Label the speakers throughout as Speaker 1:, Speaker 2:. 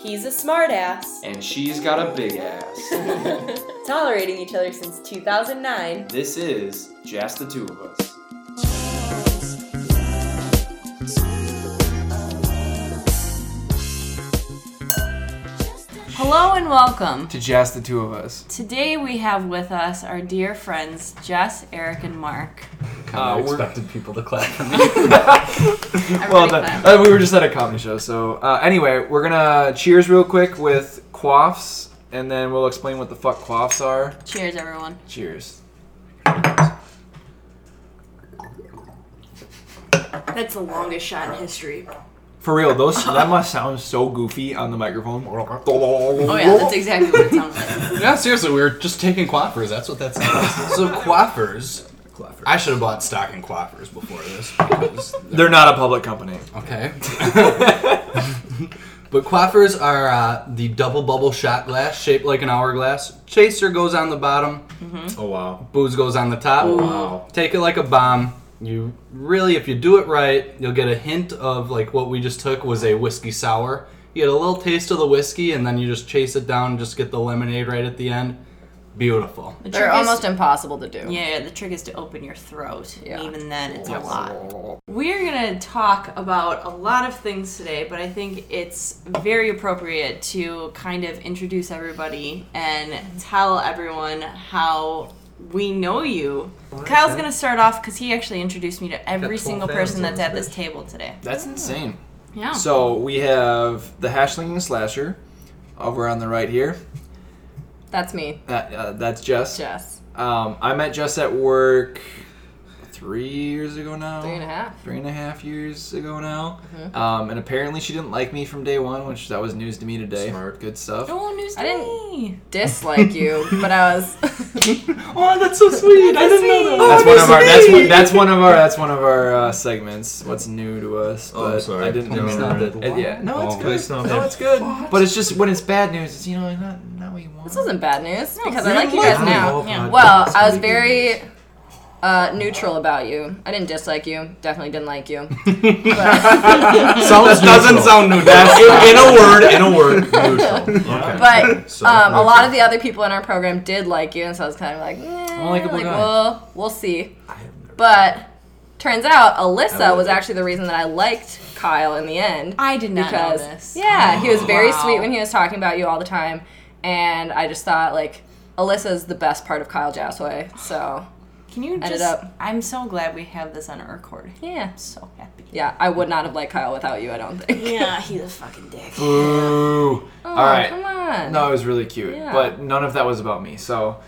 Speaker 1: He's a smartass.
Speaker 2: and she's got a big ass.
Speaker 1: Tolerating each other since 2009.
Speaker 2: this is just the two of us.
Speaker 1: Hello and welcome.
Speaker 2: To just the two of us.
Speaker 1: Today we have with us our dear friends Jess, Eric, and Mark.
Speaker 3: I
Speaker 2: Uh, we're-
Speaker 3: expected people to clap for me.
Speaker 2: well,
Speaker 1: Everybody clap.
Speaker 2: done. Uh, we were just at a comedy show, so uh, anyway, we're gonna cheers real quick with quaffs, and then we'll explain what the fuck quaffs are.
Speaker 1: Cheers, everyone.
Speaker 2: Cheers.
Speaker 4: That's the longest shot in history.
Speaker 2: For real, those that must sound so goofy on the microphone.
Speaker 1: Oh yeah, that's exactly what it sounds like.
Speaker 3: yeah, seriously, we were just taking quaffers. That's what that sounds. so quaffers. I should have bought stock in quaffers before this. because
Speaker 2: They're not a public company.
Speaker 3: okay. but quaffers are uh, the double bubble shot glass shaped like an hourglass. Chaser goes on the bottom.
Speaker 2: Oh wow.
Speaker 3: Booze goes on the top.
Speaker 2: Wow.
Speaker 3: Take it like a bomb. You really, if you do it right, you'll get a hint of like what we just took was a whiskey sour. You get a little taste of the whiskey, and then you just chase it down. Just get the lemonade right at the end. Beautiful.
Speaker 1: The
Speaker 5: They're
Speaker 1: trick is-
Speaker 5: almost impossible to do.
Speaker 1: Yeah, yeah, the trick is to open your throat.
Speaker 5: Yeah.
Speaker 1: And even then, it's a lot. We're going to talk about a lot of things today, but I think it's very appropriate to kind of introduce everybody and tell everyone how we know you. Kyle's going to start off because he actually introduced me to every
Speaker 3: Got 12
Speaker 1: single
Speaker 3: fans
Speaker 1: person
Speaker 3: on
Speaker 1: that's
Speaker 3: this
Speaker 1: at this
Speaker 3: bitch.
Speaker 1: table today.
Speaker 2: That's insane.
Speaker 1: Yeah.
Speaker 2: So we have the Hashling and Slasher over on the right here.
Speaker 5: That's me,
Speaker 2: That, uh, that's Jess.
Speaker 5: Jess.
Speaker 2: Um, I met Jess at work three years ago now.
Speaker 5: Three and a half. Mm-hmm.
Speaker 2: Three and a half years ago now. Um, and apparently she didn't like me from day one, which that was news to me today.
Speaker 3: Smart.
Speaker 2: Good stuff.
Speaker 1: oh, news to
Speaker 5: I didn't-
Speaker 1: me.
Speaker 5: Dislike you, but I was.
Speaker 3: Oh, that's so sweet. I didn't know that.
Speaker 2: That's one of our. That's one, that's one of our. That's one of our uh, segments. What's new to us?
Speaker 6: Oh, I'm
Speaker 2: but
Speaker 6: sorry.
Speaker 2: I didn't
Speaker 6: Please
Speaker 2: know.
Speaker 6: not
Speaker 2: that-
Speaker 3: that.
Speaker 2: uh, yeah. No, it's
Speaker 6: Oh,
Speaker 2: good.
Speaker 6: please not
Speaker 2: No,
Speaker 6: that.
Speaker 2: it's good. But it's just when it's bad news, it's you know not not what you want.
Speaker 5: this wasn't bad news because I
Speaker 1: you
Speaker 5: like you
Speaker 1: like
Speaker 5: guys now.
Speaker 1: Yeah.
Speaker 5: Well, I was very uh, neutral about you. I didn't dislike you. Definitely didn't like you.
Speaker 2: Sounds
Speaker 3: Doesn't
Speaker 2: neutral.
Speaker 3: sound new. That's
Speaker 2: in a word. In a word.
Speaker 6: Neutral. Okay.
Speaker 5: But
Speaker 6: So,
Speaker 5: um, a
Speaker 6: okay.
Speaker 5: lot of the other people in our program did like you, and so I was kind of like, eh,
Speaker 2: likable
Speaker 5: like
Speaker 2: guy.
Speaker 5: well, we'll see. But turns out Alyssa was actually the reason that I liked Kyle in the end.
Speaker 1: I did not
Speaker 5: because
Speaker 1: know this. Oh,
Speaker 5: yeah, he was very
Speaker 1: Wow.
Speaker 5: sweet when he was talking about you all the time, and I just thought like Alyssa's the best part of Kyle Jasway. So
Speaker 1: Can you
Speaker 5: Ended
Speaker 1: just?
Speaker 5: up-
Speaker 1: I'm so glad we have this on our recording.
Speaker 5: yeah,
Speaker 1: So happy.
Speaker 5: yeah, I would not have liked Kyle without you. I don't think.
Speaker 4: Yeah, he's a fucking dick.
Speaker 2: Ooh. All
Speaker 5: Oh,
Speaker 2: right.
Speaker 5: come on.
Speaker 2: No, it was really cute,
Speaker 5: Yeah.
Speaker 2: but none of that was about me. So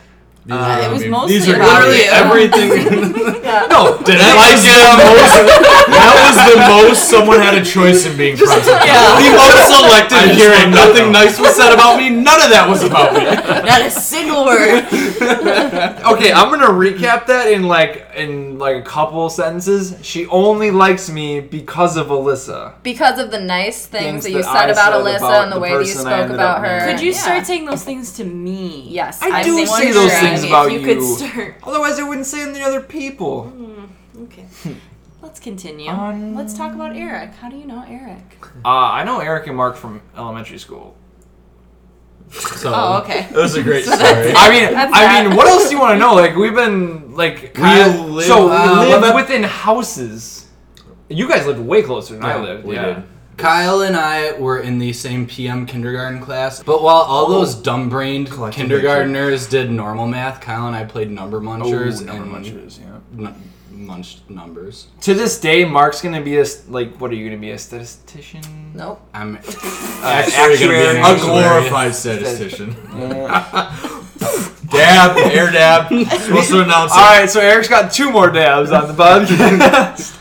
Speaker 1: it was mostly
Speaker 3: Um, These are
Speaker 1: about
Speaker 3: literally
Speaker 1: you.
Speaker 3: everything.
Speaker 2: no, did
Speaker 3: I like
Speaker 6: that was the most someone had a choice in being present.
Speaker 3: the most
Speaker 6: I
Speaker 3: selective
Speaker 6: just
Speaker 3: hearing.
Speaker 6: don't
Speaker 3: Nothing
Speaker 6: know.
Speaker 3: nice was said about me. None of that was about me.
Speaker 4: Not a single word.
Speaker 2: Okay, I'm gonna recap that in like in like a couple sentences. She only likes me because of Alyssa.
Speaker 5: Because of the nice things,
Speaker 2: Things
Speaker 5: that you
Speaker 2: that I
Speaker 5: said about
Speaker 2: said
Speaker 5: Alyssa
Speaker 2: about
Speaker 5: and
Speaker 2: the
Speaker 5: the way that you
Speaker 2: person I
Speaker 5: spoke
Speaker 2: ended up
Speaker 5: about her.
Speaker 2: marrying.
Speaker 1: Could you
Speaker 5: Yeah.
Speaker 1: start saying those things to me?
Speaker 5: Yes,
Speaker 2: I do
Speaker 5: think
Speaker 2: say
Speaker 5: you
Speaker 2: those
Speaker 5: should.
Speaker 2: things about
Speaker 1: you.
Speaker 2: you.
Speaker 1: could start.
Speaker 2: Otherwise, I wouldn't say them to other people.
Speaker 1: Okay. Let's continue.
Speaker 2: Um,
Speaker 1: Let's talk about Eric. How do you know Eric?
Speaker 2: Uh, I know Eric and Mark from elementary school.
Speaker 3: So,
Speaker 1: Oh, okay.
Speaker 6: That was a great story.
Speaker 2: I mean,
Speaker 5: That's
Speaker 2: I
Speaker 5: that.
Speaker 2: mean, what else do you want to know? Like we've been like
Speaker 3: Kyle-
Speaker 2: so we
Speaker 3: uh,
Speaker 2: live
Speaker 3: what-
Speaker 2: within houses. You guys lived way closer than I lived.
Speaker 6: we
Speaker 2: yeah.
Speaker 6: did.
Speaker 3: Kyle and I were in the same PM kindergarten class, but while all
Speaker 6: Oh.
Speaker 3: those dumb-brained kindergartners did normal math, Kyle and I played
Speaker 6: Oh,
Speaker 3: number
Speaker 2: Oh,
Speaker 3: munchers
Speaker 2: Ooh, number
Speaker 3: and
Speaker 2: munchers, yeah.
Speaker 3: n- munched numbers.
Speaker 2: To this day, Mark's gonna be a s- like. What are you gonna be a statistician?
Speaker 5: Nope.
Speaker 3: I'm
Speaker 6: Uh, Actually, gonna be an
Speaker 2: actuary.
Speaker 6: a glorified statistician.
Speaker 2: Yeah.
Speaker 6: dab, air dab. Supposed to announce
Speaker 2: All right, so Eric's got two more dabs on the podcast.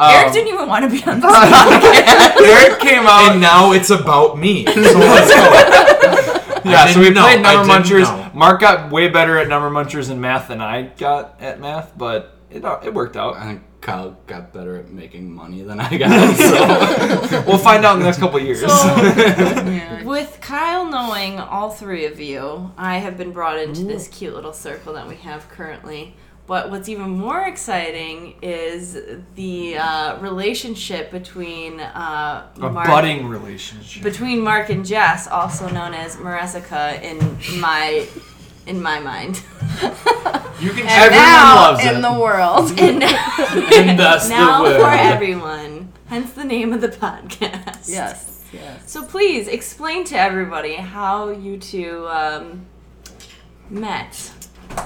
Speaker 1: Eric
Speaker 2: Um,
Speaker 1: didn't even want to be on this.
Speaker 2: Eric came
Speaker 6: it.
Speaker 3: uh,
Speaker 2: out.
Speaker 6: And now it's about me. So let's go.
Speaker 2: yeah, so we played number munchers.
Speaker 6: Know.
Speaker 2: Mark got way better at number munchers in math than I got at math, but it uh, it worked out.
Speaker 3: I think Kyle got better at making money than I got. So
Speaker 2: We'll find out in the next couple of years.
Speaker 1: So, with Kyle knowing all three of you, I have been brought into this cute little circle that we have currently. But what's even more exciting is the uh, relationship between uh,
Speaker 2: A
Speaker 1: Mark-
Speaker 2: budding relationship.
Speaker 1: between Mark and Jess, also known as Maressica in my in my mind.
Speaker 2: you can
Speaker 5: And
Speaker 2: everyone
Speaker 5: now
Speaker 2: loves
Speaker 5: in
Speaker 2: it.
Speaker 5: the world.
Speaker 1: and now,
Speaker 3: And that's the
Speaker 1: now
Speaker 3: word.
Speaker 1: for everyone, hence the name of the podcast.
Speaker 5: yes. Yes.
Speaker 1: So please explain to everybody how you two um, met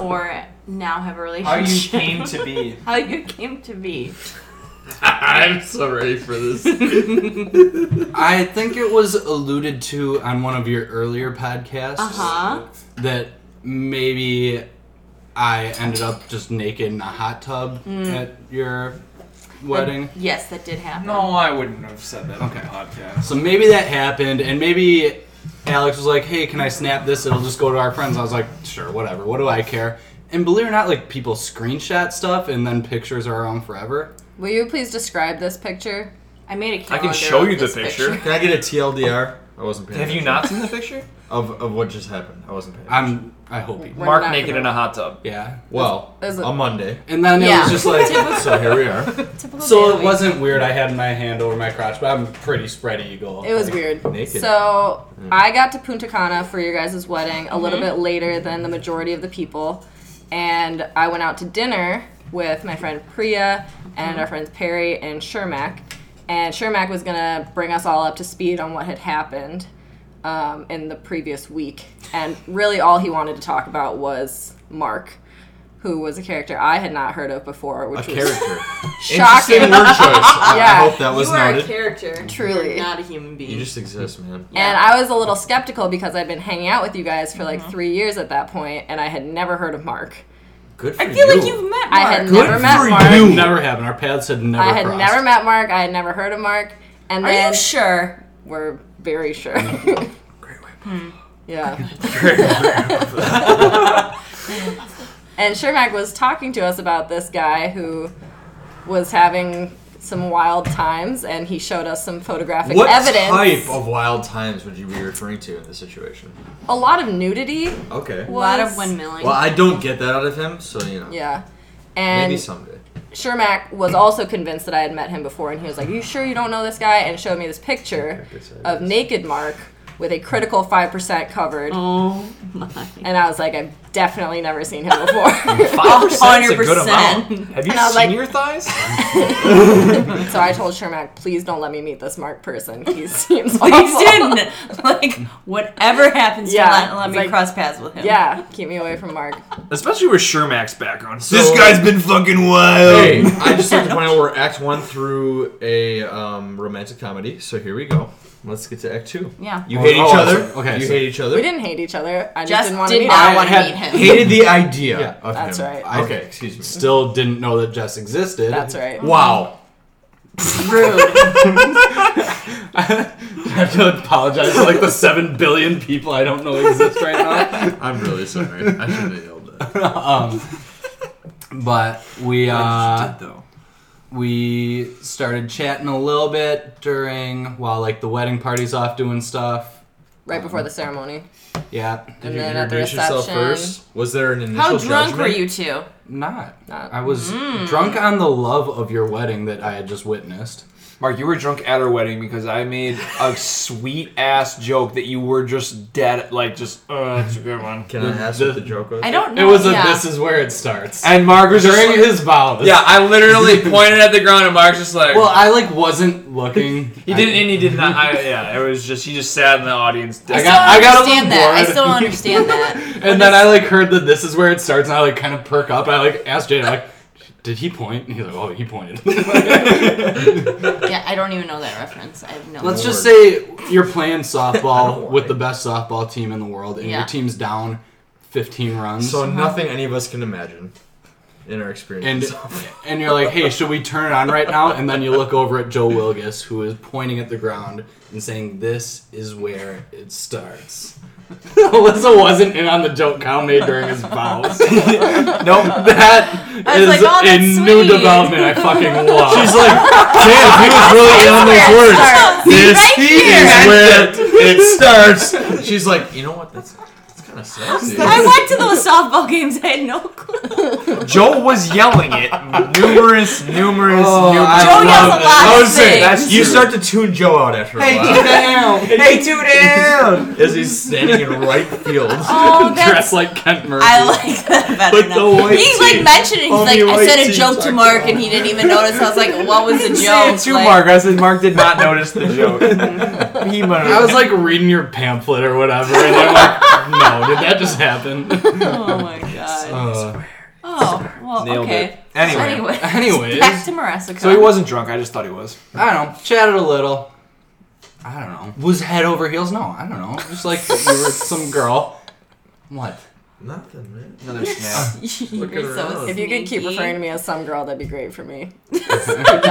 Speaker 1: or now have a
Speaker 6: How
Speaker 1: relationship.
Speaker 6: you came to be.
Speaker 1: How you came to be.
Speaker 3: I'm so ready for this. I think it was alluded to on one of your earlier podcasts
Speaker 1: Uh huh.
Speaker 3: that maybe I ended up just naked in a hot tub at your wedding.
Speaker 1: Yes, that did happen.
Speaker 6: No, I wouldn't have said that
Speaker 3: Okay.
Speaker 6: on the podcast.
Speaker 3: So maybe that happened, and maybe Alex was like, "Hey, can I snap this? It'll just go to our friends." I was like, "Sure, whatever. What do I care?" And believe it or not, like people screenshot stuff, and then pictures are on forever.
Speaker 5: Will you please describe this picture?
Speaker 1: I made a
Speaker 7: I
Speaker 1: calendar.
Speaker 7: can show
Speaker 1: of
Speaker 7: you the
Speaker 1: this
Speaker 7: picture.
Speaker 6: picture.
Speaker 7: Can I get a TLDR? I wasn't paying.
Speaker 6: Have you
Speaker 7: attention.
Speaker 6: not seen the picture?
Speaker 7: of of what just happened? I wasn't paying. attention.
Speaker 3: I'm. I hope you.
Speaker 5: We're
Speaker 7: Mark
Speaker 5: not
Speaker 7: naked
Speaker 5: gonna-
Speaker 7: in a hot tub.
Speaker 3: Yeah.
Speaker 7: Well,
Speaker 5: There's a-
Speaker 7: on Monday.
Speaker 3: And then it
Speaker 1: Yeah.
Speaker 3: was just like.
Speaker 7: So here we are.
Speaker 1: Typical day of
Speaker 3: so
Speaker 1: the
Speaker 3: it
Speaker 1: week.
Speaker 3: wasn't weird. I had my hand over my crotch, but I'm pretty spread eagle.
Speaker 5: It was
Speaker 3: Like,
Speaker 5: weird.
Speaker 7: naked.
Speaker 5: So I got to Punta Cana for your guys' wedding a little bit later than the majority of the people, and I went out to dinner with my friend Priya and our friends Perry and Shermack, and Shermack was gonna bring us all up to speed on what had happened um, in the previous week, and really all he wanted to talk about was Mark. Who was a character I had not heard of before, which was
Speaker 7: Interesting
Speaker 5: shocking.
Speaker 7: word choice.
Speaker 5: Yeah.
Speaker 7: I hope that was
Speaker 1: you are a
Speaker 7: noted.
Speaker 1: character.
Speaker 5: Truly.
Speaker 1: You're not a human being.
Speaker 7: You just exist, man.
Speaker 5: And I was a little skeptical because I'd been hanging out with you guys for
Speaker 1: Mm-hmm.
Speaker 5: like three years at that point, and I had never heard of Mark.
Speaker 7: Good for
Speaker 1: I feel
Speaker 7: you.
Speaker 1: like you've met Mark.
Speaker 5: I had
Speaker 7: Good
Speaker 5: never met
Speaker 7: for
Speaker 5: Mark.
Speaker 7: you.
Speaker 3: Never happened. Our paths had never.
Speaker 5: I had
Speaker 3: crossed.
Speaker 5: never met Mark. I had never heard of Mark. And
Speaker 1: Are
Speaker 5: then
Speaker 1: you sure?
Speaker 5: we're very sure.
Speaker 7: Mm-hmm.
Speaker 1: Hmm.
Speaker 5: yeah. and Shermack was talking to us about this guy who was having some wild times, and he showed us some photographic
Speaker 7: What
Speaker 5: evidence.
Speaker 7: type of wild times would you be referring to in this situation?
Speaker 5: A lot of nudity.
Speaker 7: Okay.
Speaker 1: A lot of
Speaker 5: was-
Speaker 1: windmilling.
Speaker 7: Well, I don't get that out of him, so you know.
Speaker 5: Yeah. And
Speaker 7: Maybe someday.
Speaker 5: Shermack was also convinced that I had met him before, and he was like, "You sure you don't know this guy?" And showed me this picture of naked Mark with a critical five percent covered,
Speaker 1: oh my.
Speaker 5: and I was like, "I've definitely never seen him before."
Speaker 2: Five percent is a good
Speaker 1: 100%.
Speaker 2: amount. Have you
Speaker 5: And I was
Speaker 2: seen
Speaker 5: like-
Speaker 2: your thighs?
Speaker 5: so I told Shermack, "Please don't let me meet this Mark person. He seems awful."
Speaker 1: Please didn't. Like, whatever happens,
Speaker 5: Yeah,
Speaker 1: yeah, let, let
Speaker 5: it's
Speaker 1: me
Speaker 5: like-
Speaker 1: cross paths with him.
Speaker 5: Yeah, keep me away from Mark.
Speaker 2: Especially with Shermack's background. So,
Speaker 6: been fucking wild.
Speaker 7: Hey, Um, I just like to point out we're Act One through a um, romantic comedy, so here we go. Let's get to Act Two.
Speaker 1: Yeah.
Speaker 7: You hate
Speaker 3: Oh,
Speaker 7: each
Speaker 3: oh,
Speaker 7: other.
Speaker 3: so- okay,
Speaker 7: You
Speaker 3: so-
Speaker 7: hate each other.
Speaker 5: We didn't hate each other. I just,
Speaker 1: Just
Speaker 5: didn't want
Speaker 1: did
Speaker 5: to meet
Speaker 1: not
Speaker 5: him.
Speaker 1: want-
Speaker 7: had
Speaker 1: meet him.
Speaker 7: hated the idea of
Speaker 5: That's
Speaker 7: him.
Speaker 5: right.
Speaker 7: I- okay, excuse me.
Speaker 3: Still didn't know that Jess existed.
Speaker 5: That's right.
Speaker 3: Wow.
Speaker 1: Rude.
Speaker 3: I have to apologize to like the seven billion people I don't know exist right now.
Speaker 7: I'm really sorry. I should have yelled that.
Speaker 3: um, but we uh,
Speaker 2: though.
Speaker 3: we started chatting a little bit during while like the wedding party's off doing stuff.
Speaker 5: right before the ceremony.
Speaker 3: Yeah,
Speaker 7: Did you
Speaker 5: then at the
Speaker 7: introduce yourself
Speaker 5: reception-
Speaker 7: first? Was there an initial
Speaker 1: How drunk
Speaker 7: judgment?
Speaker 1: were you two?
Speaker 3: not.
Speaker 5: Not-
Speaker 3: I was
Speaker 1: Mm.
Speaker 3: drunk on the love of your wedding that I had just witnessed.
Speaker 2: Mark, you were drunk at our wedding because I made a sweet ass joke that you were just dead, like just. Uh, that's a good one.
Speaker 7: Can I ask what the joke was?
Speaker 1: I don't
Speaker 3: It
Speaker 1: know.
Speaker 3: was a
Speaker 1: yeah.
Speaker 3: this is where it starts.
Speaker 2: And Mark was just
Speaker 3: during
Speaker 2: like-
Speaker 3: his vow. this-
Speaker 2: yeah, I literally pointed at the ground and Mark's just like.
Speaker 3: Well, I like wasn't looking.
Speaker 2: he
Speaker 3: I-
Speaker 2: didn't, and he did not. I, yeah, it was just he just sat in the audience.
Speaker 1: I,
Speaker 3: I
Speaker 1: still don't
Speaker 3: got- I got a little
Speaker 1: understand that. I
Speaker 3: bored.
Speaker 1: still don't understand that.
Speaker 3: And then I like heard that this is where it starts, and I like kind of perk up. And I like asked Jada, like, did he point? And he's like, oh, he pointed.
Speaker 1: Yeah, I don't even know that reference. I have no.
Speaker 3: Let's
Speaker 1: idea.
Speaker 3: just say you're playing softball
Speaker 7: why.
Speaker 3: with the best softball team in the world, and
Speaker 1: Yeah.
Speaker 3: your team's down 15 runs.
Speaker 7: So nothing any of us can imagine in our
Speaker 3: and,
Speaker 7: experience.
Speaker 3: and you're like, hey, should we turn it on right now? And then you look over at Joe Wilgus, who is pointing at the ground and saying, this is where it starts. Alyssa wasn't in on the joke Kyle made during his vows.
Speaker 2: Nope.
Speaker 3: That
Speaker 1: I was
Speaker 3: is
Speaker 1: like, "Oh,
Speaker 3: a
Speaker 1: that's
Speaker 3: new
Speaker 1: sweet."
Speaker 3: development I fucking love.
Speaker 6: She's like, man, he was really on those words. This is where it starts.
Speaker 7: She's like, you know what? That's kind of sassy.
Speaker 1: I went to those softball games. I had no clue.
Speaker 2: Joel was yelling it numerous, numerous,
Speaker 3: Oh,
Speaker 2: numerous.
Speaker 3: I
Speaker 1: Joe yells a
Speaker 2: times.
Speaker 1: lot of
Speaker 2: Those are-
Speaker 1: things.
Speaker 2: That's
Speaker 7: you
Speaker 2: true.
Speaker 7: start to tune Joe out after a while.
Speaker 2: Hey, two down.
Speaker 7: as he's standing in right field.
Speaker 1: Oh,
Speaker 3: Dressed
Speaker 1: that's.
Speaker 3: like Kent Murphy.
Speaker 1: I like that better
Speaker 3: With
Speaker 1: now.
Speaker 3: the white
Speaker 1: He's like
Speaker 3: tee.
Speaker 1: mentioning, he's like,
Speaker 3: Only
Speaker 1: I
Speaker 3: white
Speaker 1: said a
Speaker 3: tees
Speaker 1: joke to
Speaker 3: are
Speaker 1: Mark
Speaker 3: cool.
Speaker 1: and he didn't even notice. I was like, what was the joke?
Speaker 2: Two
Speaker 1: Like,
Speaker 2: Mark. I said Mark did not notice the joke. he might
Speaker 3: I was like reading your pamphlet or whatever, and I'm like, no, did that just happen?
Speaker 1: Oh my god.
Speaker 3: Uh,
Speaker 1: Oh, well,
Speaker 2: Nailed
Speaker 1: okay.
Speaker 2: anyway.
Speaker 1: Anyway.
Speaker 3: anyways.
Speaker 1: Back to Maresica.
Speaker 2: So he wasn't drunk. I just thought he was.
Speaker 3: I don't know. Chatted a little. I don't know. Was head over heels? No, I don't know. Just like you were some girl. What?
Speaker 7: Nothing, man.
Speaker 2: Another snap.
Speaker 1: You're so
Speaker 5: If you could keep
Speaker 1: sneaky.
Speaker 5: referring to me as some girl, that'd be great for me.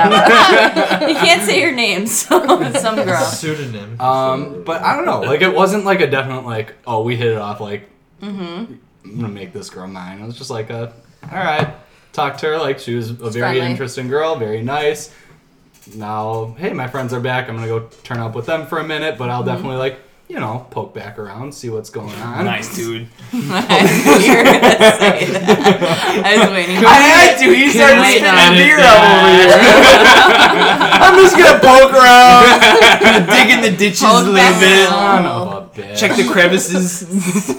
Speaker 1: You can't say your name, so some
Speaker 2: Uh.
Speaker 1: girl.
Speaker 7: Pseudonym.
Speaker 3: Um, but I don't know. Like it wasn't like a definite like, oh, we hit it off. Like, I'm gonna make this girl mine. It was just like a, all right. Talked to her like she was a very
Speaker 5: friendly.
Speaker 3: interesting girl, very nice. Now, hey, my friends are back. I'm gonna go turn up with them for a minute, but I'll definitely like, you know, poke back around, see what's going on.
Speaker 2: nice dude.
Speaker 1: You're gonna say that. I was waiting.
Speaker 2: I had to. He started
Speaker 1: Wait,
Speaker 2: spitting
Speaker 1: no.
Speaker 2: beer all over here. I'm just gonna poke around, dig in the ditches
Speaker 1: Poke
Speaker 2: a little
Speaker 1: back
Speaker 2: bit,
Speaker 1: around.
Speaker 3: Son of a bitch.
Speaker 2: check the crevices.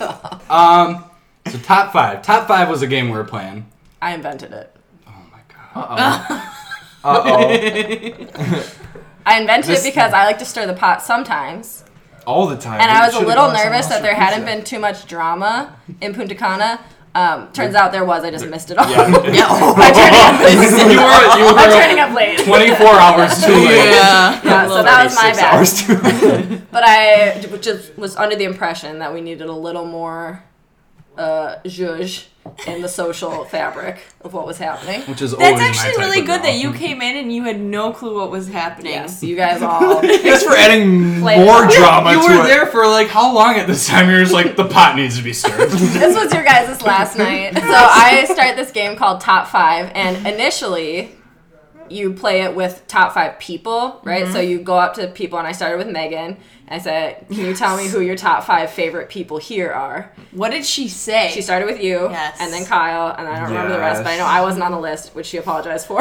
Speaker 3: Um, so top five. Top five was a game we were playing.
Speaker 5: I invented it.
Speaker 3: Oh my god.
Speaker 2: Uh oh.
Speaker 5: I invented
Speaker 2: This-
Speaker 5: it because I like to stir the pot sometimes.
Speaker 2: All the time.
Speaker 5: And
Speaker 2: Maybe
Speaker 5: I was a
Speaker 2: should've
Speaker 5: little
Speaker 2: gone
Speaker 5: nervous that
Speaker 2: somewhere
Speaker 5: there
Speaker 2: else for
Speaker 5: hadn't been too much drama in Punta Cana. Um, turns out there was. I just missed it all.
Speaker 2: pizza. Yeah.
Speaker 5: I'm turning up-
Speaker 3: you were you
Speaker 5: I'm turning
Speaker 3: were
Speaker 5: up late.
Speaker 3: 24 hours too late.
Speaker 1: Yeah.
Speaker 5: Yeah, so that was my
Speaker 2: 36
Speaker 5: bad.
Speaker 2: hours too.
Speaker 5: But I d- just was under the impression that we needed a little more uh, zhuzh in the social fabric of what was happening.
Speaker 3: Which is
Speaker 1: That's
Speaker 3: always my
Speaker 1: actually
Speaker 3: type
Speaker 1: really
Speaker 3: of
Speaker 1: good
Speaker 3: girl.
Speaker 1: that you came in and you had no clue what was happening.
Speaker 5: Yes, you guys all.
Speaker 2: Thanks for adding
Speaker 5: Play
Speaker 2: more
Speaker 5: it.
Speaker 2: drama
Speaker 3: You
Speaker 2: to
Speaker 3: were
Speaker 2: it.
Speaker 3: there for like how long at this time? You're just like the pot needs to be stirred.
Speaker 5: this was your guys' last night. So I start this game called Top Five, and initially you play it with top five people, right? So you go up to people, and I started with Megan. I said, "Can you tell me who your top five favorite people here are?"
Speaker 1: What did she say?
Speaker 5: She started with you,
Speaker 1: Yes.
Speaker 5: and then Kyle, and I don't remember the rest, but I know I wasn't on the list, which she apologized for.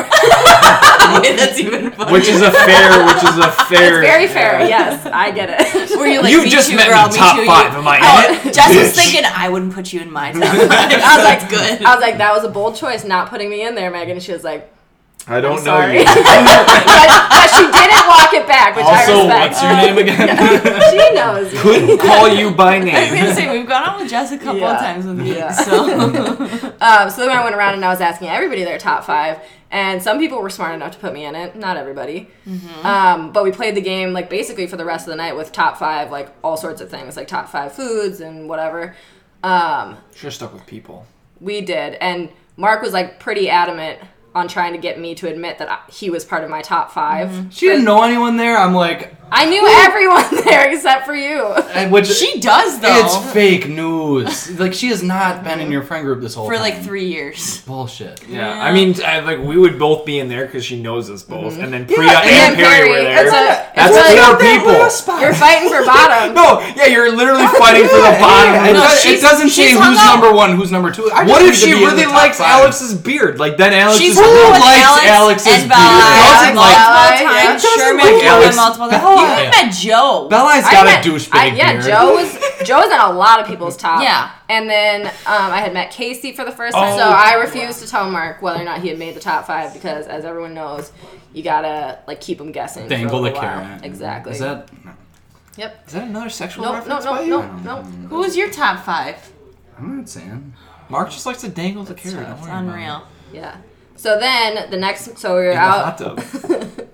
Speaker 1: Wait, that's even funnier.
Speaker 2: Which is a fair, which is a fair.
Speaker 5: It's very fair. Yes, I get it.
Speaker 1: Were you like,
Speaker 2: You
Speaker 1: me
Speaker 2: just
Speaker 1: too,
Speaker 2: met
Speaker 1: girl,
Speaker 2: me top
Speaker 1: too,
Speaker 2: five.
Speaker 1: You.
Speaker 2: Am I in
Speaker 1: Oh, Jess was thinking I wouldn't put you in mine. I was like, good.
Speaker 5: I was like, that was a bold choice, not putting me in there, Megan. And she was like,
Speaker 2: I don't know
Speaker 5: sorry.
Speaker 2: you.
Speaker 5: but, but she didn't walk it back, which
Speaker 3: also,
Speaker 5: I respect.
Speaker 3: what's your name again?
Speaker 5: she knows. me.
Speaker 2: Couldn't call you by
Speaker 1: I was
Speaker 2: name.
Speaker 1: gonna say we've gone on with Jess a couple
Speaker 5: Yeah.
Speaker 1: of times with me,
Speaker 5: Yeah.
Speaker 1: so
Speaker 5: Um, so then I went around and I was asking everybody their top five, and some people were smart enough to put me in it. Not everybody. Um, but we played the game like basically for the rest of the night with top five, like all sorts of things, like top five foods and whatever. Um,
Speaker 2: Should have stuck with people.
Speaker 5: We did, and Mark was like pretty adamant on trying to get me to admit that I, he was part of my top five.
Speaker 1: Mm-hmm.
Speaker 3: she didn't know anyone there. I'm like,
Speaker 5: I knew everyone there except for you.
Speaker 3: eh, which
Speaker 1: she does though
Speaker 3: it's fake news. Like she has not been in your friend group this whole
Speaker 1: for
Speaker 3: time.
Speaker 1: like three years.
Speaker 3: bullshit.
Speaker 2: Yeah, I mean, I, like we would both be in there because she knows us both, and then Priya and,
Speaker 5: and
Speaker 2: Perry,
Speaker 5: Perry,
Speaker 2: were there.
Speaker 5: it's a-
Speaker 2: That's
Speaker 5: it's a-
Speaker 2: four people.
Speaker 5: You're fighting for bottom.
Speaker 2: No, yeah, you're literally fighting for the bottom.
Speaker 3: It,
Speaker 2: of the-
Speaker 3: does,
Speaker 1: she's-
Speaker 3: it doesn't
Speaker 1: she's
Speaker 3: say
Speaker 1: hung
Speaker 3: who's
Speaker 1: up.
Speaker 3: number one, who's number two. I just
Speaker 2: what
Speaker 3: need
Speaker 2: if
Speaker 3: to
Speaker 2: she
Speaker 3: be in the
Speaker 2: really
Speaker 3: top
Speaker 2: likes
Speaker 3: five.
Speaker 2: Alex's beard? Like then Alex
Speaker 1: She's
Speaker 2: is
Speaker 1: hung
Speaker 2: like,
Speaker 1: out with
Speaker 3: likes
Speaker 1: Alex,
Speaker 3: Alex's
Speaker 1: and
Speaker 3: beard?
Speaker 1: Bella
Speaker 2: Doesn't like-
Speaker 1: multiple
Speaker 5: Yeah,
Speaker 1: times.
Speaker 2: doesn't
Speaker 1: Sherman
Speaker 2: like
Speaker 1: Bella
Speaker 2: Alex.
Speaker 1: multiple times. You
Speaker 3: Bella.
Speaker 1: even met Joe.
Speaker 3: Bella's
Speaker 5: I
Speaker 3: got
Speaker 5: met-
Speaker 3: a douchebag
Speaker 5: I- Yeah,
Speaker 3: beard.
Speaker 5: Joe was Joe was in a lot of people's top.
Speaker 1: Yeah.
Speaker 5: and then um, I had met Casey for the first time,
Speaker 2: Oh,
Speaker 5: so I refused to tell Mark whether or not he had made the top five because, as everyone knows, you gotta like keep him guessing. for a
Speaker 3: dangle the
Speaker 5: little while.
Speaker 3: carrot.
Speaker 5: Exactly.
Speaker 3: Is that
Speaker 5: Yep.
Speaker 2: Is that another sexual
Speaker 5: Nope. No.
Speaker 2: reference by
Speaker 5: No.
Speaker 2: you?
Speaker 5: No. No.
Speaker 1: Who was your top five?
Speaker 3: I'm not saying.
Speaker 2: Mark just likes to dangle the carrot. Don't
Speaker 1: It's
Speaker 2: worry about it.
Speaker 1: unreal.
Speaker 5: Yeah. So then the next, so we were
Speaker 2: In the hot
Speaker 5: out,
Speaker 2: tub.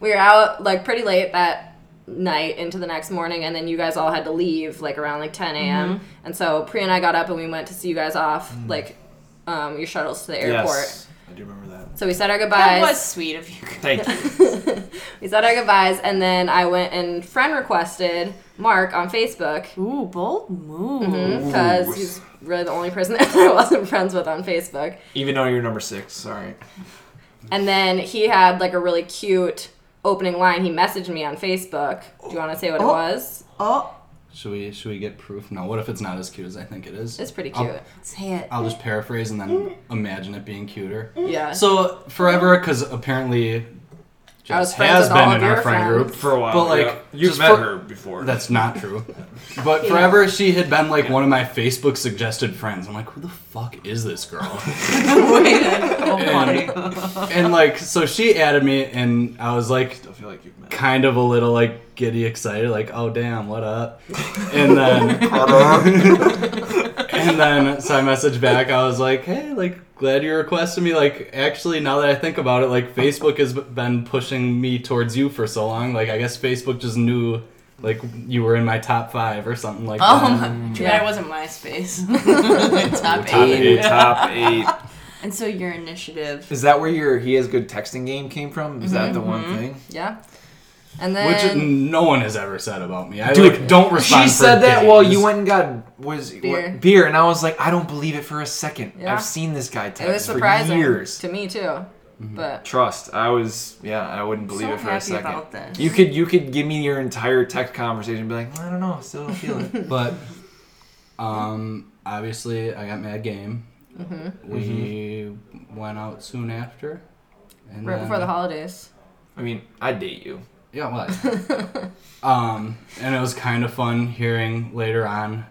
Speaker 5: we were out like pretty late that night into the next morning, and then you guys all had to leave like around like 10 a.m.
Speaker 1: Mm-hmm.
Speaker 5: And so Priya and I got up and we went to see you guys off like um, your shuttles to the airport.
Speaker 2: Yes, I do remember that.
Speaker 5: So we said our
Speaker 1: That
Speaker 5: goodbyes.
Speaker 1: was sweet of you.
Speaker 2: Thank you.
Speaker 5: we said our goodbyes, and then I went and friend requested Mark on Facebook
Speaker 1: Ooh, bold move.
Speaker 5: because he's really the only person that I wasn't friends with on Facebook.
Speaker 2: Even though you're number six, sorry.
Speaker 5: And then he had like a really cute opening line. He messaged me on Facebook. Do you want to say what it was?
Speaker 1: Oh,
Speaker 3: Should we should we get proof? No. What if it's not as cute as I think it is?
Speaker 5: It's
Speaker 1: Oh.
Speaker 5: pretty
Speaker 3: I'll-
Speaker 5: cute.
Speaker 1: Say it.
Speaker 3: I'll just paraphrase and then imagine it being cuter.
Speaker 5: Yeah.
Speaker 3: So forever, because apparently
Speaker 5: I was
Speaker 3: Jess
Speaker 5: friends
Speaker 3: has
Speaker 5: with all
Speaker 3: been
Speaker 5: of
Speaker 3: in our
Speaker 5: your
Speaker 3: friend
Speaker 5: friends.
Speaker 3: group
Speaker 2: for a while.
Speaker 3: But, like,
Speaker 2: yeah. you've
Speaker 3: just
Speaker 2: met
Speaker 3: for-
Speaker 2: her before.
Speaker 3: That's not true. But forever, she had been like one of my Facebook suggested friends. I'm like, who the fuck is this girl?
Speaker 1: Oh,
Speaker 5: Oh
Speaker 3: and, and like, so she added me, and I was like,
Speaker 2: I feel like you've met.
Speaker 3: kind of a little like giddy excited, like, oh damn, what up? And then, and then, so I messaged back. I was like, hey, like, glad you requested me. Like, actually, now that I think about it, like, Facebook has been pushing me towards you for so long. Like, I guess Facebook just knew. Like you were in my top five or something like that.
Speaker 5: Oh my.
Speaker 1: Too bad it
Speaker 5: Yeah.
Speaker 1: wasn't MySpace. Top
Speaker 3: Top
Speaker 1: eight.
Speaker 3: eight.
Speaker 2: Eight, top eight.
Speaker 1: And so your initiative.
Speaker 2: Is that where your he has good texting game came from? Is that the one thing?
Speaker 5: Yeah. And
Speaker 3: Which
Speaker 5: then
Speaker 3: no one has ever said about me. I
Speaker 2: Dude,
Speaker 3: like, don't respond.
Speaker 2: She
Speaker 3: for
Speaker 2: said that
Speaker 3: days.
Speaker 2: while you went and got was what- beer.
Speaker 5: Beer.
Speaker 2: and I was like, I don't believe it for a second.
Speaker 5: Yeah.
Speaker 2: I've seen this guy
Speaker 5: it was
Speaker 2: text for
Speaker 5: surprising
Speaker 2: years.
Speaker 5: to me too, but
Speaker 2: Trust, I was yeah, I wouldn't believe
Speaker 1: so
Speaker 2: it for
Speaker 1: happy
Speaker 2: a second.
Speaker 1: about this.
Speaker 2: You could you could give me your entire text conversation and be like, I don't know, still don't feel it.
Speaker 3: But um, obviously, I got mad game. Mm-hmm. We went out soon after. And
Speaker 5: right
Speaker 3: then-
Speaker 5: before the holidays.
Speaker 2: I mean, I date you.
Speaker 3: Yeah, what? um, and it was kind of fun hearing later on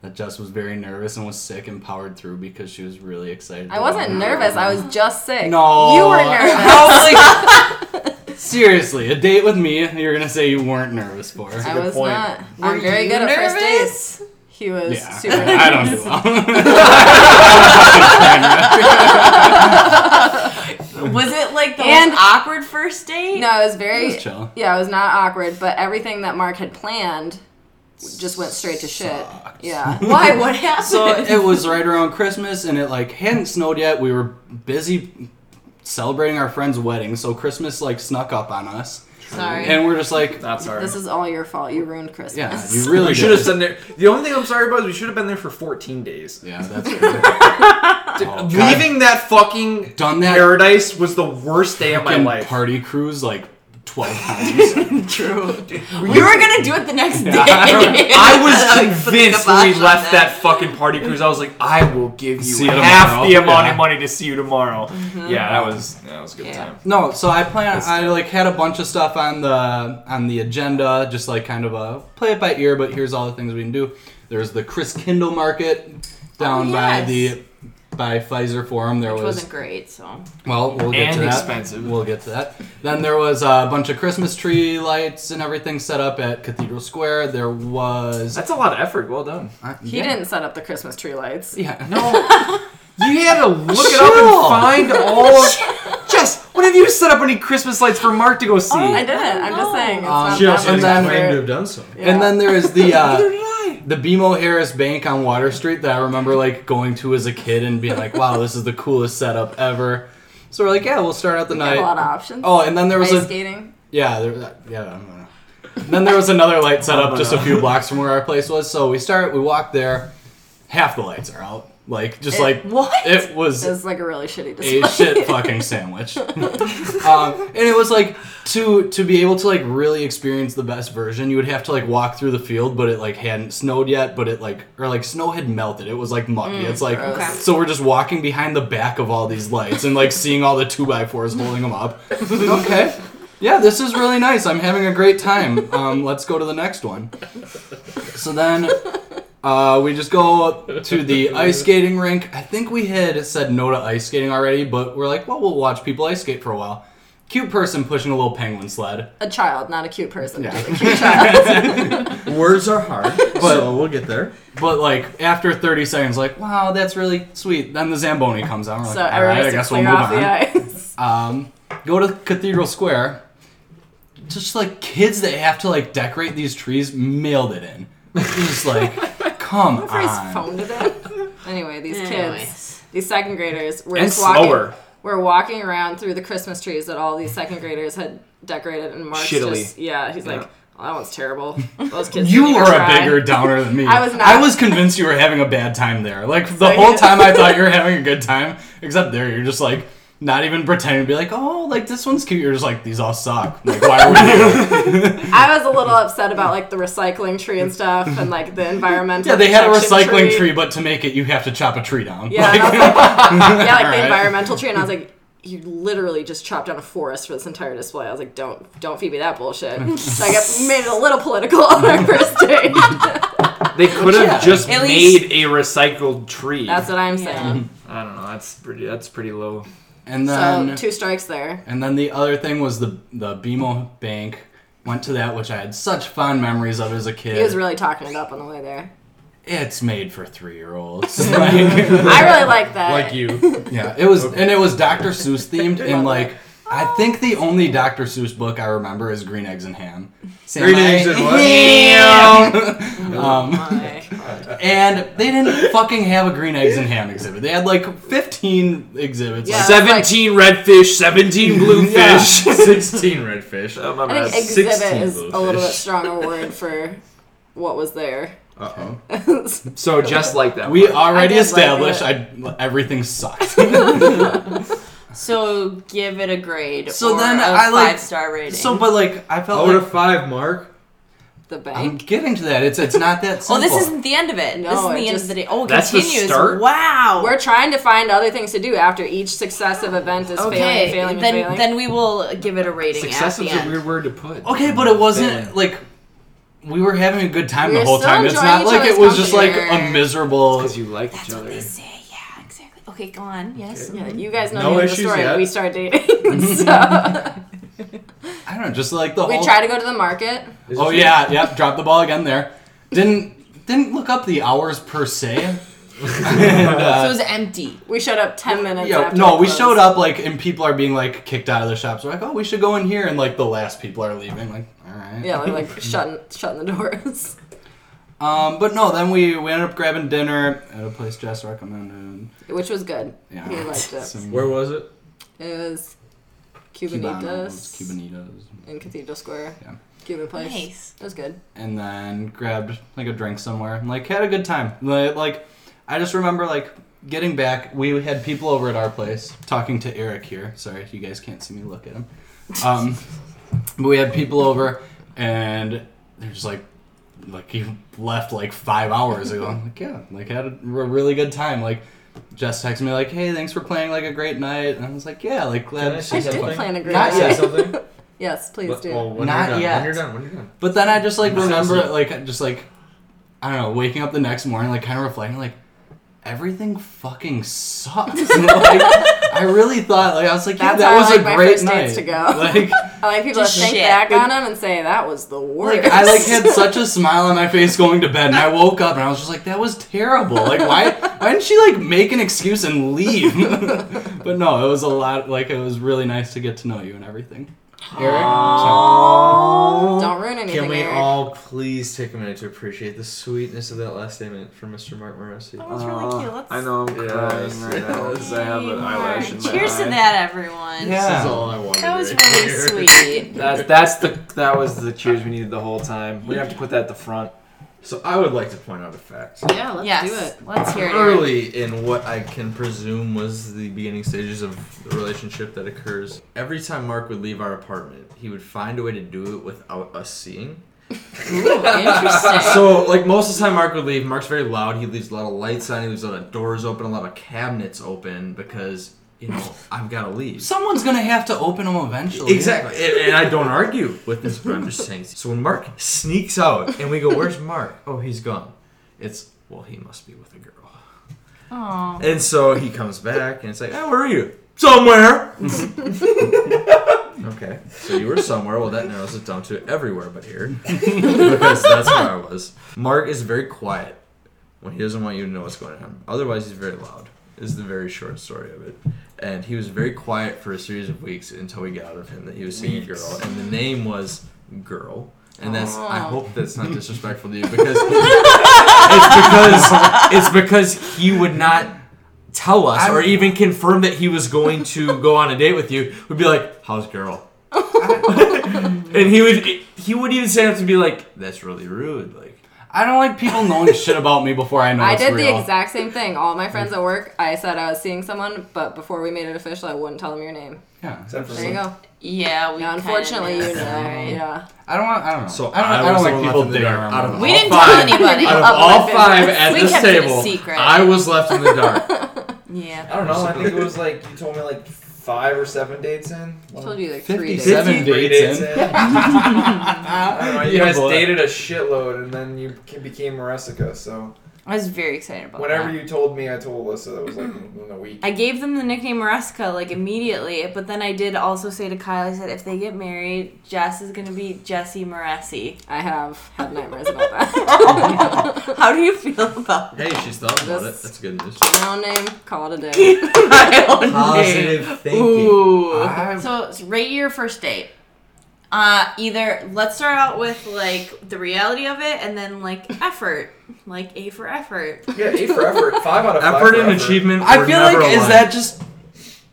Speaker 3: that Jess was very nervous and was sick and powered through because she was really excited.
Speaker 5: I wasn't nervous. I was just sick.
Speaker 3: No.
Speaker 5: You were nervous.
Speaker 3: Seriously, a date with me, you're gonna say you weren't nervous for?
Speaker 5: I was
Speaker 2: point.
Speaker 5: not. I'm very good at first dates. He was
Speaker 3: Yeah,
Speaker 5: super
Speaker 3: I
Speaker 5: nervous.
Speaker 3: don't do well.
Speaker 1: Was it like the
Speaker 5: And-
Speaker 1: most awkward first date?
Speaker 5: No, I was very
Speaker 3: It was chill.
Speaker 5: Yeah, it was not awkward, but everything that Mark had planned just went straight to shit. Yeah.
Speaker 1: Why? What happened?
Speaker 3: So it was right around Christmas, and it like hadn't snowed yet. We were busy celebrating our friend's wedding, so Christmas like snuck up on us,
Speaker 5: Sorry.
Speaker 3: and we're just like,
Speaker 2: Not sorry.
Speaker 5: this is all your fault. You ruined Christmas.
Speaker 3: yeah, you really
Speaker 2: we should have
Speaker 3: did.
Speaker 2: been there. The only thing I'm sorry about is we should have been there for 14 days.
Speaker 3: Yeah, that's oh, God.
Speaker 2: Leaving that fucking
Speaker 3: done that
Speaker 2: paradise was the worst day of my
Speaker 3: fucking
Speaker 2: life.
Speaker 3: party cruise like twelve times.
Speaker 1: we were gonna do it the next day.
Speaker 2: I was
Speaker 1: Put the
Speaker 2: convinced when we
Speaker 1: kibosh on
Speaker 2: left that fucking party cruise. I was like, I will give you
Speaker 3: See you
Speaker 2: half
Speaker 3: tomorrow.
Speaker 2: the amount
Speaker 3: Yeah.
Speaker 2: of money to see you tomorrow.
Speaker 5: Mm-hmm.
Speaker 2: Yeah, that was that was a good
Speaker 1: Yeah.
Speaker 2: time.
Speaker 3: no, so I plan. I like had a bunch of stuff on the on the agenda, just like kind of a play it by ear. But here's all the things we can do. There's the Chris Kindle Market down by
Speaker 1: yes.
Speaker 3: the by Pfizer Forum. There
Speaker 1: Which
Speaker 3: was
Speaker 1: wasn't great, so.
Speaker 3: Well, we'll get
Speaker 2: And
Speaker 3: to that.
Speaker 2: expensive.
Speaker 3: We'll get to that. Then there was a bunch of Christmas tree lights and everything set up at Cathedral Square. There was.
Speaker 2: That's a lot of effort. Well done.
Speaker 3: uh,
Speaker 5: He
Speaker 3: yeah.
Speaker 5: didn't set up the Christmas tree lights.
Speaker 3: Yeah.
Speaker 2: No, you had to look it up
Speaker 3: Chill.
Speaker 2: and find all. of... Jess, when have you set up any Christmas lights for Mark to go see?
Speaker 5: Oh, I didn't. I'm just saying. It's
Speaker 3: Um,
Speaker 5: not
Speaker 3: she
Speaker 5: that
Speaker 3: also
Speaker 5: much
Speaker 3: didn't
Speaker 5: effort.
Speaker 7: claim to have done so.
Speaker 5: Yeah.
Speaker 3: And then there is the
Speaker 2: Neither
Speaker 3: uh,
Speaker 2: did I.
Speaker 3: the BMO Harris Bank on Water Street that I remember like going to as a kid and being like, "Wow, this is the coolest setup ever." So we're like, "Yeah, we'll start out the
Speaker 5: a lot of
Speaker 3: night."
Speaker 5: options.
Speaker 3: Oh, and then there was
Speaker 5: Ice
Speaker 3: a
Speaker 5: skating.
Speaker 3: Yeah, there, yeah. I don't know. And then there was another light set up just a few blocks from where our place was. So we start, we walk there. Half the lights are out. Like just like
Speaker 5: what?
Speaker 3: it was
Speaker 5: It was like a really shitty display.
Speaker 3: a shit fucking sandwich. um, and it was like to to be able to like really experience the best version, you would have to like walk through the field, but it like hadn't snowed yet, but it like or like snow had melted. It was like muggy. it's like so we're just walking behind the back of all these lights and like seeing all the two by fours holding them up. okay. Yeah, this is really nice. I'm having a great time. Um, let's go to the next one. So then uh, we just go up to the ice skating rink. I think we had said no to ice skating already, but we're like, well, we'll watch people ice skate for a while. Cute person pushing a little penguin sled.
Speaker 5: a child, not a cute person.
Speaker 3: Yeah.
Speaker 5: Just a cute child.
Speaker 7: Words are hard, so we'll get there.
Speaker 3: But like after 30 seconds, like, wow, that's really sweet. Then the Zamboni comes out. We're like,
Speaker 5: so
Speaker 3: all right, I
Speaker 5: everyone's
Speaker 3: guess
Speaker 5: to
Speaker 3: we'll
Speaker 5: clear
Speaker 3: move
Speaker 5: off the
Speaker 3: on.
Speaker 5: ice.
Speaker 3: Um, go to Cathedral Square. Just like kids that have to like decorate these trees mailed it in. Just like, come
Speaker 5: His
Speaker 3: on.
Speaker 5: phone to death. Anyway, these kids,
Speaker 1: Anyways.
Speaker 5: these second graders, were
Speaker 2: And
Speaker 5: just walking.
Speaker 2: slower.
Speaker 5: We're walking around through the Christmas trees that all these second graders had decorated, and Mark's
Speaker 2: Shittily.
Speaker 5: just yeah, he's like,
Speaker 2: Yeah.
Speaker 5: oh, that one's terrible. Those kids.
Speaker 3: You
Speaker 5: didn't even
Speaker 3: were a
Speaker 5: try."
Speaker 3: bigger downer than me.
Speaker 5: I was not.
Speaker 3: I was convinced you were having a bad time there. Like the
Speaker 5: So-
Speaker 3: whole time, I thought you were having a good time, except there, you're just like not even pretending to be like, oh, like this one's cute. You're just like, these all suck. Like, why are we here?
Speaker 5: I was a little upset about like the recycling tree and stuff, and like the environmental.
Speaker 3: yeah, they had a
Speaker 5: protection
Speaker 3: recycling tree. but to make it, you have to chop a tree down.
Speaker 5: Yeah,
Speaker 3: Like-
Speaker 5: and I was like, yeah, like the
Speaker 3: Alright.
Speaker 5: environmental tree, and I was like, you literally just chopped down a forest for this entire display. I was like, don't, don't feed me that bullshit. so I got, made it a little political on our first date.
Speaker 2: They could have just
Speaker 1: At
Speaker 2: made a recycled tree.
Speaker 5: That's what I'm
Speaker 1: Yeah.
Speaker 5: saying.
Speaker 2: I don't know. That's pretty. That's pretty low.
Speaker 3: and
Speaker 5: So
Speaker 3: then
Speaker 5: two strikes there.
Speaker 3: And then the other thing was the the BMO Bank. Went to that, which I had such fond memories of as a kid.
Speaker 5: He was really talking it up on the way there.
Speaker 3: it's made for three year olds. like,
Speaker 5: I really like that.
Speaker 6: like you.
Speaker 3: yeah, it was, and it was Dr. Seuss themed, and like. I think the
Speaker 5: Oh.
Speaker 3: only Dr. Seuss book I remember is Green Eggs and Ham. Sam
Speaker 6: Green
Speaker 3: I-
Speaker 6: eggs and what?
Speaker 5: Oh
Speaker 3: um, and they didn't fucking have a Green Eggs and Ham exhibit. They had like 15 exhibits.
Speaker 5: Yeah.
Speaker 3: Like,
Speaker 2: Seventeen redfish, seventeen bluefish.
Speaker 6: 16 redfish.
Speaker 2: Oh, my
Speaker 5: I
Speaker 2: bad.
Speaker 5: think exhibit
Speaker 6: 16
Speaker 5: is a little
Speaker 6: bluefish.
Speaker 5: bit stronger word for what was there.
Speaker 6: Uh-oh.
Speaker 2: so just like that.
Speaker 3: we
Speaker 2: one.
Speaker 3: already
Speaker 5: I did like
Speaker 3: established I, everything sucked.
Speaker 1: So give it a grade.
Speaker 3: So
Speaker 1: or
Speaker 3: then
Speaker 1: a
Speaker 3: I, like-
Speaker 1: five star rating.
Speaker 3: so, but like, I felt
Speaker 6: Out
Speaker 3: like
Speaker 6: of five, Mark.
Speaker 5: The
Speaker 3: I'm
Speaker 5: bank.
Speaker 3: getting to that. It's it's not
Speaker 1: oh,
Speaker 3: that simple.
Speaker 1: this isn't the end of it.
Speaker 5: No,
Speaker 1: this isn't
Speaker 5: it
Speaker 1: the end
Speaker 5: just-
Speaker 1: of the day. Oh, it
Speaker 2: That's the
Speaker 1: continues.
Speaker 2: start?
Speaker 1: Wow.
Speaker 5: We're trying to find other things to do after each successive event is
Speaker 1: okay.
Speaker 5: failing and failing and
Speaker 1: then
Speaker 5: failing.
Speaker 1: then we will give it a rating at
Speaker 2: Successive's
Speaker 1: the
Speaker 2: a
Speaker 1: end.
Speaker 2: weird word to put.
Speaker 3: okay, but it wasn't
Speaker 2: Failing.
Speaker 3: like we were having a good time
Speaker 5: We
Speaker 3: the
Speaker 5: were
Speaker 3: whole
Speaker 5: still
Speaker 3: time. It's
Speaker 5: enjoying
Speaker 3: not
Speaker 5: each
Speaker 3: like it
Speaker 5: other's
Speaker 3: was just like
Speaker 5: company or-
Speaker 3: a miserable.
Speaker 2: Because you like each other.
Speaker 1: They say, yeah, exactly. Okay, go on. Yes.
Speaker 5: Yeah, you guys know
Speaker 6: No
Speaker 5: the end of the
Speaker 6: issues
Speaker 5: story.
Speaker 6: yet.
Speaker 5: We start dating. so
Speaker 3: I don't know, just like the
Speaker 5: we
Speaker 3: whole.
Speaker 5: try to go to the market.
Speaker 3: oh yeah, yep. Drop the ball again there. Didn't didn't look up the hours per se. and,
Speaker 1: So it
Speaker 3: uh,
Speaker 1: was empty.
Speaker 5: We showed up ten minutes
Speaker 3: yeah,
Speaker 5: after.
Speaker 3: no,
Speaker 5: it
Speaker 3: we
Speaker 5: closed.
Speaker 3: showed up like, and people are being like kicked out of the shops. We're like, oh, we should go in here, and like the last people are leaving. Like, all right.
Speaker 5: Yeah, we're like shutting shutting the doors.
Speaker 3: Um, but no, then we, we ended up grabbing dinner at a place Jess recommended.
Speaker 5: Which was good.
Speaker 3: Yeah.
Speaker 5: He liked it.
Speaker 3: Some-
Speaker 6: Where was it?
Speaker 5: It was
Speaker 3: Cubanitas,
Speaker 5: Cubanitas
Speaker 3: Cubanitas.
Speaker 5: in Cathedral Square.
Speaker 3: Yeah.
Speaker 5: Cuban place.
Speaker 1: Nice.
Speaker 5: It was good.
Speaker 3: And then grabbed like a drink somewhere and like had a good time. Like, like, I just remember like getting back, we had people over at our place talking to Eric here. Sorry, you guys can't see me look at him. Um, but we had people over and they're just like like he left like five hours ago. I'm like, yeah, like had a r- really good time. Like Jess texted me like, hey, thanks for playing like a great night. And I was like, yeah, like glad
Speaker 6: Can I say
Speaker 5: I
Speaker 6: Is that
Speaker 5: did
Speaker 6: funny?
Speaker 5: plan a great
Speaker 3: Not
Speaker 6: Say
Speaker 5: night.
Speaker 6: something?
Speaker 5: Yes, please
Speaker 6: But-
Speaker 5: do.
Speaker 6: well, when you're
Speaker 3: Not
Speaker 6: done,
Speaker 3: yet.
Speaker 6: When you're done, when you're done.
Speaker 3: But then I just like remember
Speaker 6: Sounds
Speaker 3: like just like I don't know, waking up the next morning, like kind of reflecting, like everything fucking sucks. And, like, I really thought like I was like, yeah,
Speaker 5: That's
Speaker 3: that
Speaker 5: how I
Speaker 3: was
Speaker 5: like
Speaker 3: a
Speaker 5: my
Speaker 3: great
Speaker 5: first dates
Speaker 3: night.
Speaker 5: to go.
Speaker 3: Like,
Speaker 5: I like people to
Speaker 1: Just
Speaker 5: think
Speaker 1: shit.
Speaker 5: back on them and say that was the worst.
Speaker 3: like I like had such a smile on my face going to bed, and I woke up and I was just like, that was terrible. Like why why didn't she like make an excuse and leave? but no, it was a lot. Like it was really nice to get to know you and everything. Eric,
Speaker 5: Don't ruin anything.
Speaker 7: Can we
Speaker 5: Eric.
Speaker 7: all please take a minute to appreciate the sweetness of that last statement from Mr. Mark Morossi?
Speaker 1: was really cute. Let's
Speaker 2: I know I'm crying right now because I have an eyelash in my
Speaker 1: Cheers
Speaker 2: eye.
Speaker 1: to that, everyone.
Speaker 3: Yeah.
Speaker 6: This is all I wanted.
Speaker 1: That was
Speaker 6: right
Speaker 1: really
Speaker 6: here.
Speaker 1: sweet.
Speaker 2: That's that's the that was the cheers we needed the whole time. We have to put that at the front.
Speaker 7: So I would like to point out a fact.
Speaker 5: Yeah, let's
Speaker 1: yes.
Speaker 5: do it.
Speaker 1: Let's hear it.
Speaker 7: Early in what I can presume was the beginning stages of the relationship that occurs, every time Mark would leave our apartment, he would find a way to do it without us seeing.
Speaker 1: Interesting.
Speaker 7: So, like most of the time, Mark would leave. Mark's very loud. He leaves a lot of lights on. He leaves a lot of doors open, a lot of cabinets open because you know I've got to leave.
Speaker 3: someone's gonna have to open them eventually.
Speaker 7: Exactly, and, and I don't argue with this, but I'm just saying. So when Mark sneaks out and we go, "Where's Mark?" Oh, he's gone. It's well, he must be with a girl.
Speaker 1: Aw.
Speaker 7: And so he comes back and it's like, "Oh, where are you?" Somewhere. okay, so you were somewhere. Well, that narrows it down to everywhere but here, because that's where I was. Mark is very quiet when he doesn't want you to know what's going on. Otherwise, he's very loud. Is the very short story of it. And he was very quiet for a series of weeks until we got out of him that he was seeing a girl, and the name was Girl. And that's I
Speaker 5: Aw.
Speaker 7: hope that's not disrespectful to you because it's because it's because he would not tell us or even confirm that he was going to go on a date with you. We'd be like, "How's girl?" and he would he would even stand up to be like, "That's really rude." Like
Speaker 3: I don't like people knowing shit about me before I know
Speaker 5: I
Speaker 3: it's
Speaker 5: did
Speaker 3: real.
Speaker 5: the exact same thing. All my friends at work, I said I was seeing someone, but before we made it official, I wouldn't tell them your name.
Speaker 3: Yeah.
Speaker 6: Except for
Speaker 5: There you
Speaker 6: some-
Speaker 5: go.
Speaker 1: Yeah, we.
Speaker 5: Now,
Speaker 1: kinda
Speaker 5: unfortunately,
Speaker 1: knew.
Speaker 5: you know.
Speaker 1: Sorry.
Speaker 5: Yeah.
Speaker 3: I don't want. I don't know.
Speaker 7: So
Speaker 3: I don't.
Speaker 7: I
Speaker 3: I don't
Speaker 7: was the
Speaker 3: like
Speaker 7: one
Speaker 3: people
Speaker 7: left in the
Speaker 3: digging
Speaker 7: dark.
Speaker 3: around.
Speaker 7: Out of
Speaker 3: me.
Speaker 1: We
Speaker 7: All
Speaker 1: didn't tell
Speaker 7: five.
Speaker 1: anybody.
Speaker 7: Out of
Speaker 5: Up
Speaker 7: all
Speaker 5: my
Speaker 7: five
Speaker 5: business.
Speaker 7: at
Speaker 1: We
Speaker 7: this
Speaker 1: kept it a
Speaker 7: table,
Speaker 1: secret.
Speaker 7: I was left in the dark.
Speaker 1: Yeah.
Speaker 6: I don't know. I think it was like you told me like five or seven dates in.
Speaker 5: I told you like three days.
Speaker 6: Three
Speaker 3: Fifty-seven
Speaker 6: dates
Speaker 3: dates in.
Speaker 6: in. I don't know, you
Speaker 3: Yeah,
Speaker 6: guys
Speaker 3: but-
Speaker 6: dated a shitload, and then you ke- became Maressica. So
Speaker 1: I was very excited about
Speaker 6: whenever
Speaker 1: that.
Speaker 6: you told me, I told Alyssa that was like in a week.
Speaker 1: I gave them the nickname Maresca like immediately, but then I did also say to Kyle, I said, if they get married, Jess is gonna be Jessie Maressi.
Speaker 5: I have had nightmares about that.
Speaker 1: How do you feel about
Speaker 7: Hey, she's thought about it.
Speaker 5: This-
Speaker 7: That's good news.
Speaker 5: No name, call it a day.
Speaker 1: my own name?
Speaker 7: Positive thinking.
Speaker 1: Ooh.
Speaker 3: I-
Speaker 1: So it's rate your first date. Uh, either let's start out with like the reality of it, and then like effort, like A for effort.
Speaker 6: Yeah, eight for effort. Five out of five.
Speaker 7: Effort
Speaker 6: for
Speaker 7: and achievement.
Speaker 3: I
Speaker 7: were
Speaker 3: feel like
Speaker 7: never
Speaker 3: is
Speaker 7: aligned.
Speaker 3: that just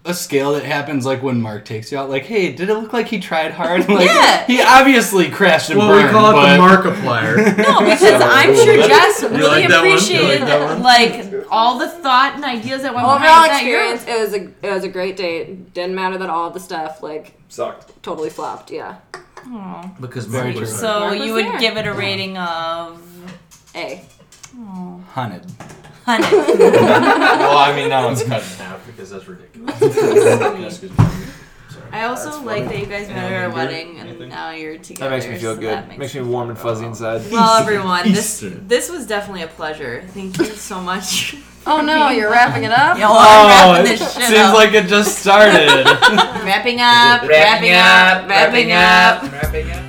Speaker 3: a scale that happens like when Mark takes you out? Like, hey, did it look like he tried hard? Like,
Speaker 1: Yeah.
Speaker 3: He obviously crashed and
Speaker 7: Well,
Speaker 3: burned.
Speaker 7: we call it
Speaker 3: but-
Speaker 7: the Markiplier.
Speaker 1: No, because I'm sure Jess really
Speaker 7: like that one? You
Speaker 1: appreciated
Speaker 7: like that one?
Speaker 1: like all the thought and ideas that went
Speaker 5: Overall
Speaker 1: behind that. You're-
Speaker 5: experience, it was a it was a great date. Didn't matter that all the stuff like
Speaker 6: Sucked.
Speaker 5: totally flopped. Yeah.
Speaker 1: Aw.
Speaker 7: because
Speaker 3: Very
Speaker 7: Mark was
Speaker 3: true.
Speaker 7: right.
Speaker 1: So
Speaker 5: Mark was
Speaker 1: you would
Speaker 5: there.
Speaker 1: give it a rating of
Speaker 5: A.
Speaker 3: hunted.
Speaker 1: hundred.
Speaker 6: Well, I mean, that one's
Speaker 7: cut in half because that's ridiculous.
Speaker 1: I also like that you guys met at our wedding and
Speaker 7: Anything?
Speaker 1: now you're together.
Speaker 2: That makes me feel
Speaker 1: so
Speaker 2: good.
Speaker 1: that
Speaker 2: Makes, me warm and fuzzy inside.
Speaker 1: Well, everyone, this
Speaker 7: Easter.
Speaker 1: this was definitely a pleasure. Thank you so much.
Speaker 5: Oh no, you're wrapping it up.
Speaker 1: Yo, I'm wrapping
Speaker 3: Oh, it
Speaker 1: this shit
Speaker 3: seems
Speaker 1: up.
Speaker 3: like it just started.
Speaker 1: wrapping up, wrapping up, wrapping up.
Speaker 6: Wrapping up.